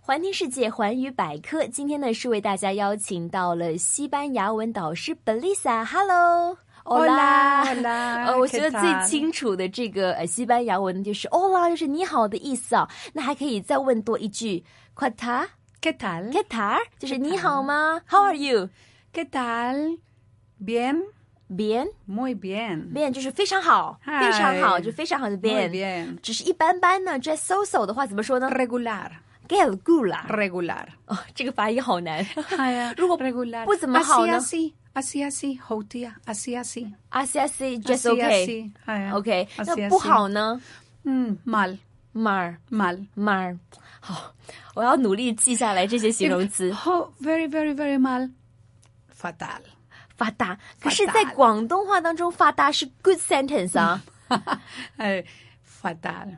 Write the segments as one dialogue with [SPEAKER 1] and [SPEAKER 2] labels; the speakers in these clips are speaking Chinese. [SPEAKER 1] 环听世界，环宇百科。今天呢，是为大家邀请到了西班牙文导师 Belisa。Hello。
[SPEAKER 2] Hola，
[SPEAKER 1] 呃，我学的最清楚的这个呃西班牙文就是 Hola，就是你好的意思啊。那还可以再问多一句 q u a t a
[SPEAKER 2] ¿Qué tal?
[SPEAKER 1] q u a t a 就是你好吗？How are you？
[SPEAKER 2] ¿Qué tal? Bien,
[SPEAKER 1] Bien。
[SPEAKER 2] muy bien.
[SPEAKER 1] bien 就是非常好，
[SPEAKER 2] 嗨
[SPEAKER 1] 非常好，就非常好的 bien。
[SPEAKER 2] bien
[SPEAKER 1] 只是一般般呢，just so so 的话怎么 说呢
[SPEAKER 2] Regular,
[SPEAKER 1] ？get good 啦。
[SPEAKER 2] regular. pues,
[SPEAKER 1] 哦，这个发音好 难。
[SPEAKER 2] 如果 Ah, regular
[SPEAKER 1] 不怎么好呢？
[SPEAKER 2] así así así así houtia así así
[SPEAKER 1] I C I C just
[SPEAKER 2] así
[SPEAKER 1] OK
[SPEAKER 2] así 係啊
[SPEAKER 1] OK，
[SPEAKER 2] así
[SPEAKER 1] 那
[SPEAKER 2] así
[SPEAKER 1] 不好呢
[SPEAKER 2] 嗯 mal
[SPEAKER 1] ？mar
[SPEAKER 2] mal
[SPEAKER 1] mar，好，我要努力记下来这些形容词。
[SPEAKER 2] Oh, very very very mal fatal
[SPEAKER 1] 发达，可是，在广东话当中，发达是 good sentence 啊。
[SPEAKER 2] 哎 fatal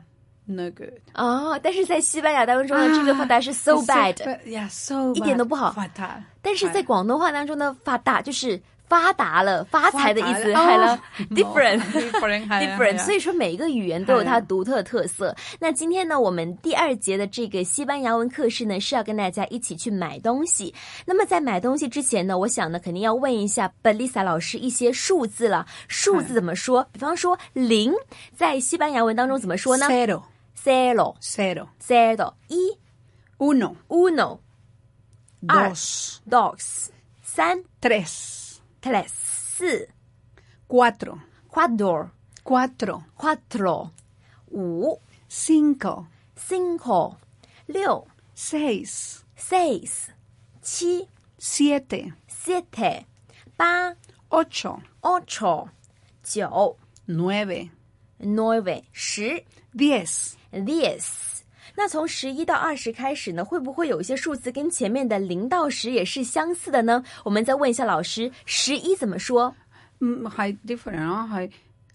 [SPEAKER 2] no good Ah,
[SPEAKER 1] 哦，但是在西班牙当中
[SPEAKER 2] Oh,
[SPEAKER 1] 呢，这个发达啊是 so bad，
[SPEAKER 2] yeah so
[SPEAKER 1] 一点都不好
[SPEAKER 2] fatal
[SPEAKER 1] 但是在广东话当中呢，发达就是发达了、发财的意思，
[SPEAKER 2] 发达了
[SPEAKER 1] 还了
[SPEAKER 2] 哦
[SPEAKER 1] different。
[SPEAKER 2] different
[SPEAKER 1] different，所
[SPEAKER 2] 以
[SPEAKER 1] 以说每一个语言都有它独特的特色。那今天呢，我们第二节的这个西班牙文课室呢，是要跟大家一起去买东西。那么在买东西之前呢，我想呢，肯定要问一下 Belisa 老师一些数字了。数字怎么说？比方说零，在西班牙文当中怎么说呢
[SPEAKER 2] cero
[SPEAKER 1] ？cero
[SPEAKER 2] cero
[SPEAKER 1] cero 一
[SPEAKER 2] uno
[SPEAKER 1] uno Ar-
[SPEAKER 2] dos
[SPEAKER 1] dos 三
[SPEAKER 2] tres
[SPEAKER 1] tres 四
[SPEAKER 2] cuatro
[SPEAKER 1] cuatro
[SPEAKER 2] cuatro
[SPEAKER 1] cuatro 五
[SPEAKER 2] cinco
[SPEAKER 1] cinco 六
[SPEAKER 2] seis
[SPEAKER 1] seis 七
[SPEAKER 2] siete
[SPEAKER 1] siete 八
[SPEAKER 2] ocho
[SPEAKER 1] ocho 九
[SPEAKER 2] nueve
[SPEAKER 1] nueve 十
[SPEAKER 2] diez
[SPEAKER 1] diez。那从十一到二十开始呢，会不会有一些数字跟前面的零到十也是相似的呢？我们再问一下老师，十一怎么说？
[SPEAKER 2] Mm, hay different ¿no? hay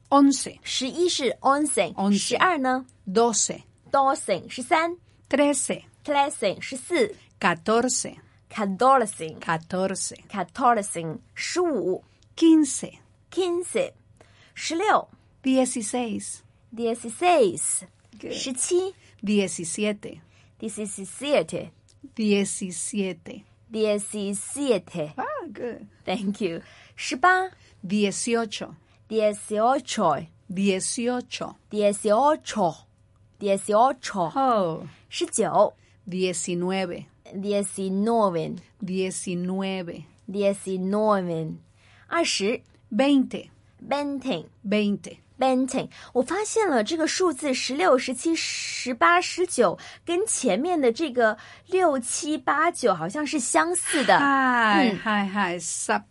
[SPEAKER 2] once
[SPEAKER 1] 十一是 onsen，
[SPEAKER 2] Onsen
[SPEAKER 1] 十二呢
[SPEAKER 2] doce
[SPEAKER 1] ？dosen 十三
[SPEAKER 2] trece
[SPEAKER 1] t l e s e n 十四
[SPEAKER 2] catorce
[SPEAKER 1] c a d o l e s e n
[SPEAKER 2] catorce
[SPEAKER 1] c a t o l e s e n 十五
[SPEAKER 2] quince
[SPEAKER 1] quince 十六
[SPEAKER 2] dieciséis
[SPEAKER 1] dieciséis 十七
[SPEAKER 2] diecisiete
[SPEAKER 1] diecisiete
[SPEAKER 2] diecisiete
[SPEAKER 1] diecisiete
[SPEAKER 2] ah good
[SPEAKER 1] Thank you. 十八
[SPEAKER 2] dieciocho
[SPEAKER 1] dieciocho
[SPEAKER 2] dieciocho
[SPEAKER 1] dieciocho dieciocho
[SPEAKER 2] oh
[SPEAKER 1] 十九
[SPEAKER 2] diecinueve
[SPEAKER 1] diecinueve
[SPEAKER 2] diecinueve
[SPEAKER 1] diecinueve 二十
[SPEAKER 2] veinte
[SPEAKER 1] veinte
[SPEAKER 2] veinte
[SPEAKER 1] veinte。我发现了这个数字十六、十七、十八、十九跟前面的这个六七八九好像是相似的。
[SPEAKER 2] Hi, hi, hi. Sub,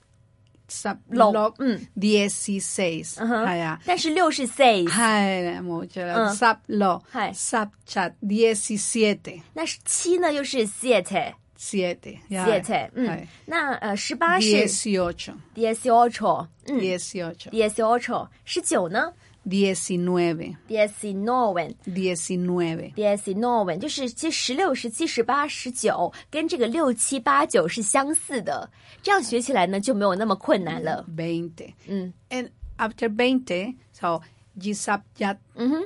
[SPEAKER 2] sub,
[SPEAKER 1] 漏
[SPEAKER 2] log,
[SPEAKER 1] 嗯
[SPEAKER 2] dieciséis.
[SPEAKER 1] 嗯哼
[SPEAKER 2] 系啊，
[SPEAKER 1] 但是六是 six，
[SPEAKER 2] 系冇错啦。
[SPEAKER 1] 嗯
[SPEAKER 2] Sub, log,
[SPEAKER 1] 係
[SPEAKER 2] sub, chat, diecisiete,
[SPEAKER 1] 那是七呢又是 siete
[SPEAKER 2] siete, Mm. Ah,
[SPEAKER 1] siete。嗯
[SPEAKER 2] 係，
[SPEAKER 1] 那呃十八是
[SPEAKER 2] dieciocho,
[SPEAKER 1] dieciocho，嗯。
[SPEAKER 2] Mm. dieciocho,
[SPEAKER 1] dieciocho 十九呢
[SPEAKER 2] diecinueve,
[SPEAKER 1] diecinueve
[SPEAKER 2] diecinueve,
[SPEAKER 1] diecinueve 就是其实十六、十七、十八、十九跟这个六七八九是相似的，这样学起来呢就没有那么困难了。
[SPEAKER 2] veinte.
[SPEAKER 1] 嗯
[SPEAKER 2] And after veinte, so g sub, chat,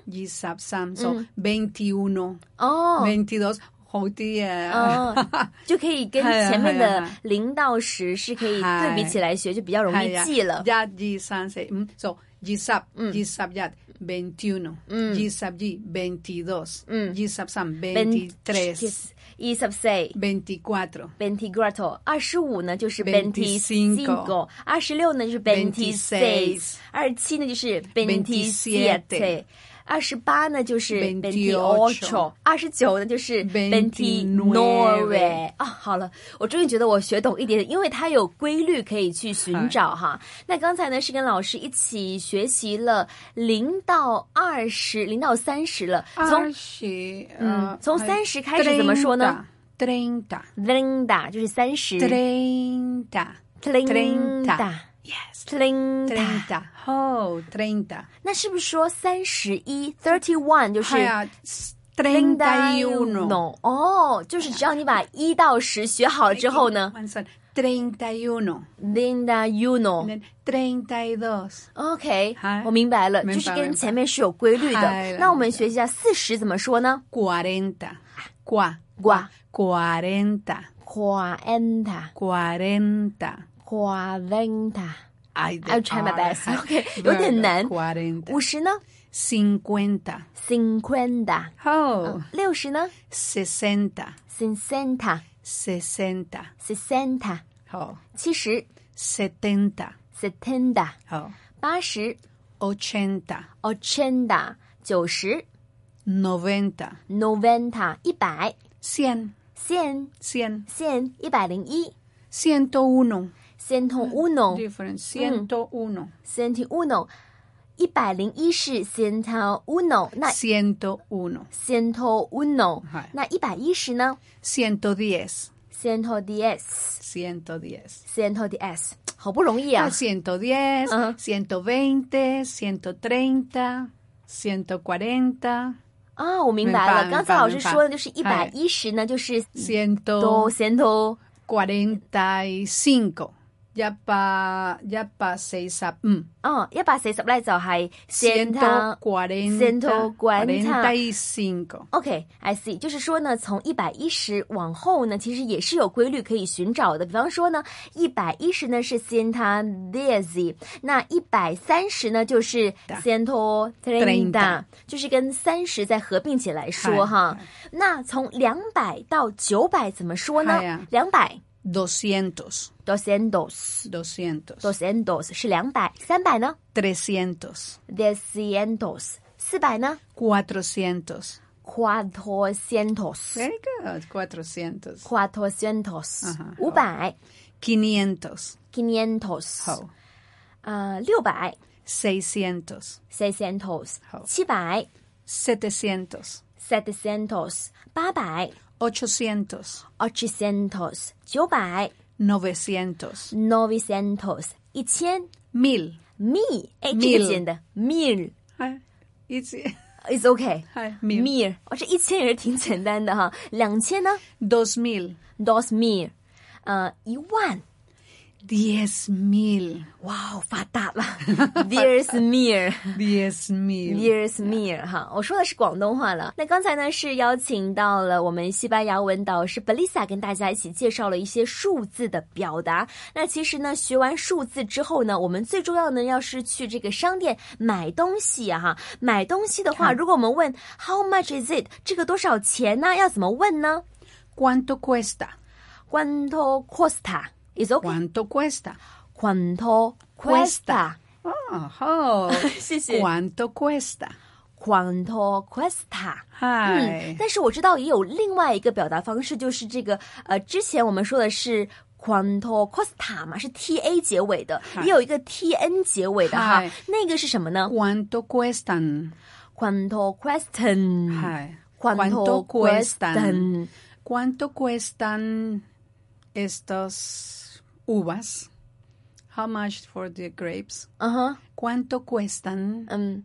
[SPEAKER 2] g sub, sam, so veintiuno, Oh.
[SPEAKER 1] 哦
[SPEAKER 2] veintidós. eh, Ah, 好啲
[SPEAKER 1] 哦
[SPEAKER 2] 啊！
[SPEAKER 1] 就可以跟
[SPEAKER 2] 嗨呀
[SPEAKER 1] 前面的
[SPEAKER 2] 嗨呀
[SPEAKER 1] 零到十是可以
[SPEAKER 2] 嗨
[SPEAKER 1] 对比起来学，就比较容易记了。
[SPEAKER 2] 一、二、三、四、五，so mm, 二十、二十一、veintiuno，二十二、veintidós，二十三、veintitrés、
[SPEAKER 1] 一十四。
[SPEAKER 2] veinticuatro、
[SPEAKER 1] veinticuatro，二十五呢就是
[SPEAKER 2] Veinticinco
[SPEAKER 1] veinticinco，二十六呢就是 veintiséis，
[SPEAKER 2] Veintiséis
[SPEAKER 1] 二十七呢就是
[SPEAKER 2] Veintisiete
[SPEAKER 1] veintisiete，二十八呢就是
[SPEAKER 2] Veintiocho
[SPEAKER 1] veintiocho，二十九呢就是
[SPEAKER 2] Veintinueve
[SPEAKER 1] veintinueve。啊，好了，我终于觉得我学懂一点，因为它有规律可以去寻找哈。那刚才呢是跟老师一起学习了零到二十，零到三十了，从
[SPEAKER 2] 二十，
[SPEAKER 1] 嗯
[SPEAKER 2] 呃
[SPEAKER 1] 从
[SPEAKER 2] 还
[SPEAKER 1] 30开始怎么说呢
[SPEAKER 2] ？treinta Mm.
[SPEAKER 1] linda 就是三十
[SPEAKER 2] treinta
[SPEAKER 1] ，linda。
[SPEAKER 2] yes
[SPEAKER 1] Trinta，
[SPEAKER 2] treinta 哦 treinta
[SPEAKER 1] 那是不是说三十一 thirty one 就是
[SPEAKER 2] 系啊 treinta y uno
[SPEAKER 1] 哦，就是只要你把一到十学好了之后呢
[SPEAKER 2] ，one second treinta y uno，and
[SPEAKER 1] ，Linda Uno。
[SPEAKER 2] then treinta y dos。
[SPEAKER 1] OK，
[SPEAKER 2] 嗨
[SPEAKER 1] 我明白了，
[SPEAKER 2] 明白
[SPEAKER 1] 就是
[SPEAKER 2] 明
[SPEAKER 1] 跟
[SPEAKER 2] 白
[SPEAKER 1] 前面是有规律的
[SPEAKER 2] 嗨。
[SPEAKER 1] 那我们学一下四十怎么说呢
[SPEAKER 2] cuarenta, Cua.
[SPEAKER 1] Gua.
[SPEAKER 2] Cuarenta.
[SPEAKER 1] Cuarenta.
[SPEAKER 2] Cuarenta.
[SPEAKER 1] Cuarenta.
[SPEAKER 2] Ay, de
[SPEAKER 1] I'll try my
[SPEAKER 2] ahora,
[SPEAKER 1] best.
[SPEAKER 2] ay,
[SPEAKER 1] OK，有
[SPEAKER 2] verdad,
[SPEAKER 1] 点难。
[SPEAKER 2] Cuarenta.
[SPEAKER 1] 五十呢
[SPEAKER 2] Cincuenta.
[SPEAKER 1] ？cinquenta。
[SPEAKER 2] Oh.
[SPEAKER 1] 六十呢
[SPEAKER 2] Sesenta.
[SPEAKER 1] ？sessenta。
[SPEAKER 2] Sesenta.
[SPEAKER 1] sessenta。
[SPEAKER 2] Oh.
[SPEAKER 1] 七十
[SPEAKER 2] Setenta.
[SPEAKER 1] setenta。
[SPEAKER 2] Oh.
[SPEAKER 1] 八十
[SPEAKER 2] Ochenta.
[SPEAKER 1] ochenta。九十
[SPEAKER 2] Noventa.
[SPEAKER 1] noventa。一百
[SPEAKER 2] Cien.
[SPEAKER 1] cien
[SPEAKER 2] Cien.
[SPEAKER 1] cien。一百零一
[SPEAKER 2] Ciento uno.
[SPEAKER 1] ciento uno。Mm.
[SPEAKER 2] Different. Ciento uno.
[SPEAKER 1] Cento uno，一百零一是 cento uno，那
[SPEAKER 2] Ciento uno.
[SPEAKER 1] cento uno，
[SPEAKER 2] 嗨
[SPEAKER 1] 那一百一十呢
[SPEAKER 2] Ciento diez.
[SPEAKER 1] ？cento diez，cento
[SPEAKER 2] Ciento diez.
[SPEAKER 1] diez，好不容易啊
[SPEAKER 2] Ah,！Ciento diez.
[SPEAKER 1] Ajá.
[SPEAKER 2] Ciento veinte. Ciento treinta. Ciento cuarenta.
[SPEAKER 1] 啊，我明白
[SPEAKER 2] 明白
[SPEAKER 1] 了，
[SPEAKER 2] 明白
[SPEAKER 1] 刚才老师说的就是一
[SPEAKER 2] 明
[SPEAKER 1] 百
[SPEAKER 2] 白
[SPEAKER 1] 一十呢，就是都
[SPEAKER 2] Ciento
[SPEAKER 1] cento
[SPEAKER 2] cuarenta y cinco. Ya pa, ya pa seis a, mm.
[SPEAKER 1] 嗯，一百四十咧就係
[SPEAKER 2] Ciento
[SPEAKER 1] cento。
[SPEAKER 2] cuarenta,
[SPEAKER 1] ciento cuarenta.
[SPEAKER 2] cuarenta y cinco.
[SPEAKER 1] OK，I、see，就是说呢，从一百一十往后呢，其实也是有规律可以寻找的。比方说呢，一百一十呢是 cento diez，那一百三十呢就是 cento treinta，
[SPEAKER 2] Treinta
[SPEAKER 1] 就是跟三十再合并起来说
[SPEAKER 2] 嗨
[SPEAKER 1] 哈。那从两百到九百怎么说
[SPEAKER 2] 嗨
[SPEAKER 1] 呢
[SPEAKER 2] 呀？
[SPEAKER 1] 两百
[SPEAKER 2] Doscientos,
[SPEAKER 1] doscientos
[SPEAKER 2] doscientos,
[SPEAKER 1] doscientos 是两百，三百呢
[SPEAKER 2] trescientos,
[SPEAKER 1] doscientos，四百呢
[SPEAKER 2] cuatrocientos.
[SPEAKER 1] cuatrocientos。
[SPEAKER 2] Very good, cuatrocientos.
[SPEAKER 1] Cuatrocientos，
[SPEAKER 2] 啊哈
[SPEAKER 1] 五百
[SPEAKER 2] Quinientos,
[SPEAKER 1] ，quinientos，
[SPEAKER 2] oh,
[SPEAKER 1] 呃，六百
[SPEAKER 2] seiscientos,
[SPEAKER 1] ，seiscientos，
[SPEAKER 2] 好
[SPEAKER 1] 七百
[SPEAKER 2] setecientos,
[SPEAKER 1] ，setecientos，八百
[SPEAKER 2] ochocientos,
[SPEAKER 1] ，ochocientos，九百
[SPEAKER 2] novecientos,
[SPEAKER 1] ，novecientos，一千
[SPEAKER 2] mil.
[SPEAKER 1] m i 哎，这个
[SPEAKER 2] Mil
[SPEAKER 1] 简单 m i l
[SPEAKER 2] Ay, it's-
[SPEAKER 1] i s OK。
[SPEAKER 2] ay,
[SPEAKER 1] m
[SPEAKER 2] mil.
[SPEAKER 1] i l 哦，这一千也是挺简单的哈。两千呢
[SPEAKER 2] Dos mil,
[SPEAKER 1] ，dos mil，呃，一万，
[SPEAKER 2] diez mil,
[SPEAKER 1] 哇哦，发达 了，there's mil。
[SPEAKER 2] diez mil.
[SPEAKER 1] Years Mir 哈，我说的是广东话了。那刚才呢是邀请到了我们西班牙文导师 Belisa 跟大家一起介绍了一些数字的表达。那其实呢，学完数字之后呢，我们最重要呢要是去这个商店买东西啊哈。买东西的话，如果我们问 How much is it？这个多少钱呢？要怎么问呢
[SPEAKER 2] ¿Cuánto cuesta?
[SPEAKER 1] ？Cuánto cuesta is okay.
[SPEAKER 2] ¿Cuánto cuesta?
[SPEAKER 1] Cuánto cuesta?
[SPEAKER 2] Ojo.
[SPEAKER 1] 谢谢。
[SPEAKER 2] ¿Cuánto cuesta? Mm.
[SPEAKER 1] Cuánto cuesta? 嗯
[SPEAKER 2] Ay.，
[SPEAKER 1] 但是我知道也有另外一个表达方式，就是这个呃，之前我们说的是 quanto costa 嘛，是 t a 结尾的，也有一个 t n 结尾的哈
[SPEAKER 2] 嗨，
[SPEAKER 1] 那个是什么呢
[SPEAKER 2] ¿Cuánto cuestan?
[SPEAKER 1] ？quanto question。
[SPEAKER 2] Ay.
[SPEAKER 1] quanto question。
[SPEAKER 2] ¿Cuánto cuestan estas uvas? How much for the grapes?
[SPEAKER 1] 嗯哼，
[SPEAKER 2] ¿Cuánto cuestan?
[SPEAKER 1] 嗯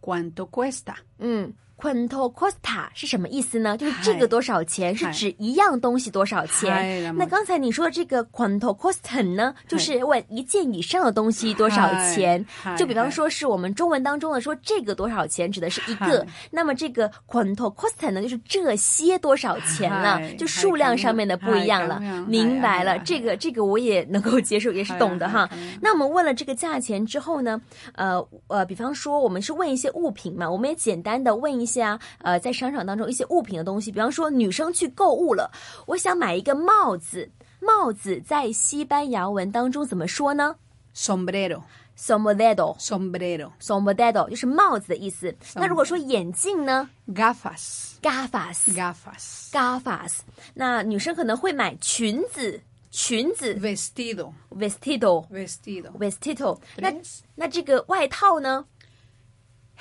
[SPEAKER 2] ¿Cuánto cuesta?
[SPEAKER 1] 嗯。quanto costa 是什么意思呢？就是这个多少钱，是
[SPEAKER 2] 嗨
[SPEAKER 1] 指一样东西多少
[SPEAKER 2] 嗨
[SPEAKER 1] 钱。
[SPEAKER 2] 那么
[SPEAKER 1] 那刚才你说的这个 quanto costa 呢，就是问一件以上的东西多少钱。
[SPEAKER 2] 嗨
[SPEAKER 1] 就比方
[SPEAKER 2] 嗨
[SPEAKER 1] 说是我们中文当中的说这个多少钱指的是一个
[SPEAKER 2] 嗨，
[SPEAKER 1] 那么这个 quanto costa 呢就是这些多少钱了
[SPEAKER 2] 嗨，
[SPEAKER 1] 就数量上面的不一样了
[SPEAKER 2] 嗨刚刚。
[SPEAKER 1] 明白了
[SPEAKER 2] 嗨，
[SPEAKER 1] 这个这个我也能够接受，也是
[SPEAKER 2] 嗨
[SPEAKER 1] 懂的哈
[SPEAKER 2] 嗨嗨。
[SPEAKER 1] 那我们问了这个价钱之后呢，呃呃，比方说我们是问一些物品嘛，我们也简单的问一下，呃，在商场当中一些物品的东西，比方说女生去购物了，我想买一个帽子，帽子在西班牙文当中怎么说呢
[SPEAKER 2] Sombrero,
[SPEAKER 1] ？sombrero。
[SPEAKER 2] sombrero.
[SPEAKER 1] sombrero 就是帽子的意思。那如果说眼镜呢
[SPEAKER 2] Gafas,
[SPEAKER 1] ？gafas
[SPEAKER 2] gafas.
[SPEAKER 1] gafas。那女生可能会买裙子，裙子
[SPEAKER 2] Vestido,
[SPEAKER 1] vestido
[SPEAKER 2] vestido.
[SPEAKER 1] vestido。那
[SPEAKER 2] Dress
[SPEAKER 1] 那这个外套呢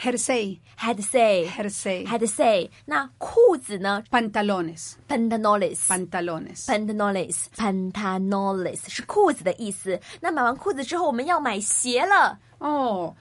[SPEAKER 2] Jersey,
[SPEAKER 1] ？headsay
[SPEAKER 2] jersey.
[SPEAKER 1] headsay。那裤子呢
[SPEAKER 2] Pantalones,
[SPEAKER 1] ？pantalones。
[SPEAKER 2] pantalones.
[SPEAKER 1] pantalones pantalones 是裤子的意思。那买完裤子之后，我们要买鞋了，
[SPEAKER 2] Oh,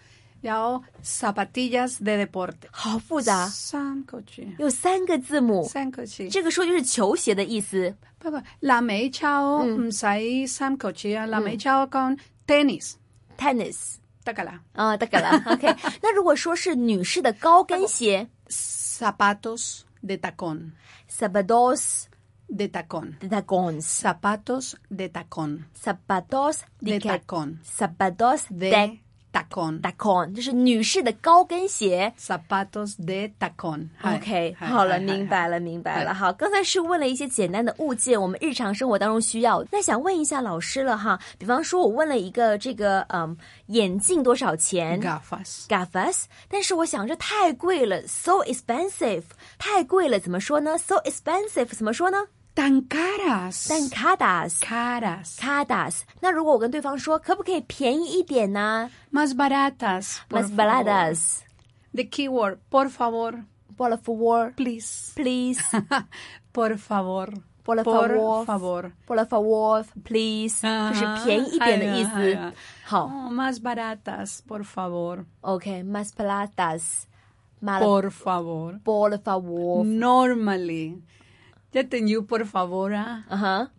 [SPEAKER 2] ya zapatillas de deporte.
[SPEAKER 1] 好复杂，
[SPEAKER 2] Sancochi.
[SPEAKER 1] 有三个字母。
[SPEAKER 2] Sancochi.
[SPEAKER 1] 这个说就是球鞋的意思。
[SPEAKER 2] Papá, la me he echado, msai sancochi, la me he echado con tenis.
[SPEAKER 1] tennis。
[SPEAKER 2] Tácala.
[SPEAKER 1] 啊，大概了。OK，那如果说是女士的高跟鞋
[SPEAKER 2] Zapatos de tacón.
[SPEAKER 1] Zapatos
[SPEAKER 2] de tacón.
[SPEAKER 1] de tacón.
[SPEAKER 2] Zapatos de tacón.
[SPEAKER 1] Zapatos
[SPEAKER 2] De tacón.
[SPEAKER 1] Zapatos
[SPEAKER 2] De, tacón.
[SPEAKER 1] tacón，就是女士的高跟鞋。
[SPEAKER 2] Zapatos de tacón. Hi,
[SPEAKER 1] OK，
[SPEAKER 2] hi,
[SPEAKER 1] 好了，
[SPEAKER 2] hi, hi,
[SPEAKER 1] 明
[SPEAKER 2] hi.
[SPEAKER 1] 白了，明白了。
[SPEAKER 2] 哎
[SPEAKER 1] 好，刚才是问了一些简单的物件，我们日常生活当中需要。那想问一下老师了哈，比方说我问了一个这个嗯眼镜多少钱
[SPEAKER 2] Gafas.
[SPEAKER 1] ？Gafas，但是我想这太贵了，so expensive，太贵了，怎么说呢？so expensive 怎么说呢
[SPEAKER 2] Tan caras.
[SPEAKER 1] d a n c a d a s
[SPEAKER 2] caras.
[SPEAKER 1] c a d a s 那如果我跟对方说可不可以便宜一点呢
[SPEAKER 2] Más baratas. por
[SPEAKER 1] ？Mas
[SPEAKER 2] favor.
[SPEAKER 1] baladas
[SPEAKER 2] The keyword, por favor,
[SPEAKER 1] b o l a f o r
[SPEAKER 2] please.
[SPEAKER 1] please。
[SPEAKER 2] por favor.
[SPEAKER 1] Por favor
[SPEAKER 2] Por favor.
[SPEAKER 1] Por favor, please，、
[SPEAKER 2] 啊
[SPEAKER 1] 就是便宜一点的意思。
[SPEAKER 2] 哎呀哎呀
[SPEAKER 1] 好
[SPEAKER 2] Oh, más baratas, por favor.
[SPEAKER 1] ，OK，mas、paladas, mal
[SPEAKER 2] Por 嗯 favor.
[SPEAKER 1] por favor，
[SPEAKER 2] Normally. Ya ten you, por favor, ah.
[SPEAKER 1] 啊哈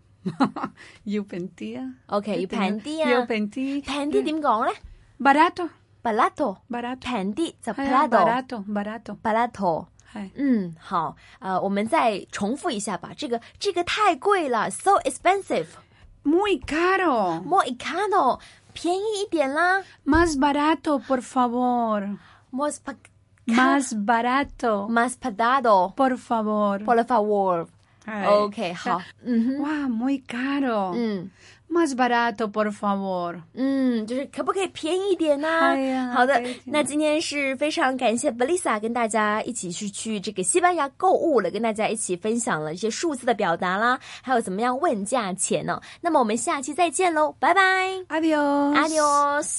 [SPEAKER 2] you pentia.
[SPEAKER 1] ，OK，要平啲
[SPEAKER 2] You
[SPEAKER 1] 啊，
[SPEAKER 2] pentia.
[SPEAKER 1] 平啲點講咧
[SPEAKER 2] Barato.
[SPEAKER 1] ？barato，
[SPEAKER 2] Barato.
[SPEAKER 1] 平啲就
[SPEAKER 2] Ay, ah,
[SPEAKER 1] prado。
[SPEAKER 2] barato, barato.
[SPEAKER 1] barato，
[SPEAKER 2] Ay.
[SPEAKER 1] 嗯，好，呃，我们再重复一下吧。这个这个太贵了，so expensive，more
[SPEAKER 2] Muy caro.
[SPEAKER 1] econo，便宜一点啦
[SPEAKER 2] Más barato, por favor.
[SPEAKER 1] ，more spa
[SPEAKER 2] Más barato.
[SPEAKER 1] mas padado，por
[SPEAKER 2] Por favor.
[SPEAKER 1] favor。
[SPEAKER 2] Ay.
[SPEAKER 1] OK，好，Mm. 嗯哼，
[SPEAKER 2] Wow, muy caro.
[SPEAKER 1] 嗯。
[SPEAKER 2] Más barato, por favor.
[SPEAKER 1] 嗯，就是可不可以便宜一点呢、
[SPEAKER 2] 哎呀
[SPEAKER 1] 好的
[SPEAKER 2] 可以，
[SPEAKER 1] 那今天是非常感谢 Belisa 跟大家一起去去这个西班牙购物了，跟大家一起分享了一些数字的表达啦，还有怎么样问价钱呢、那么我们下期再见喽，拜拜
[SPEAKER 2] Adiós.
[SPEAKER 1] ，Adios。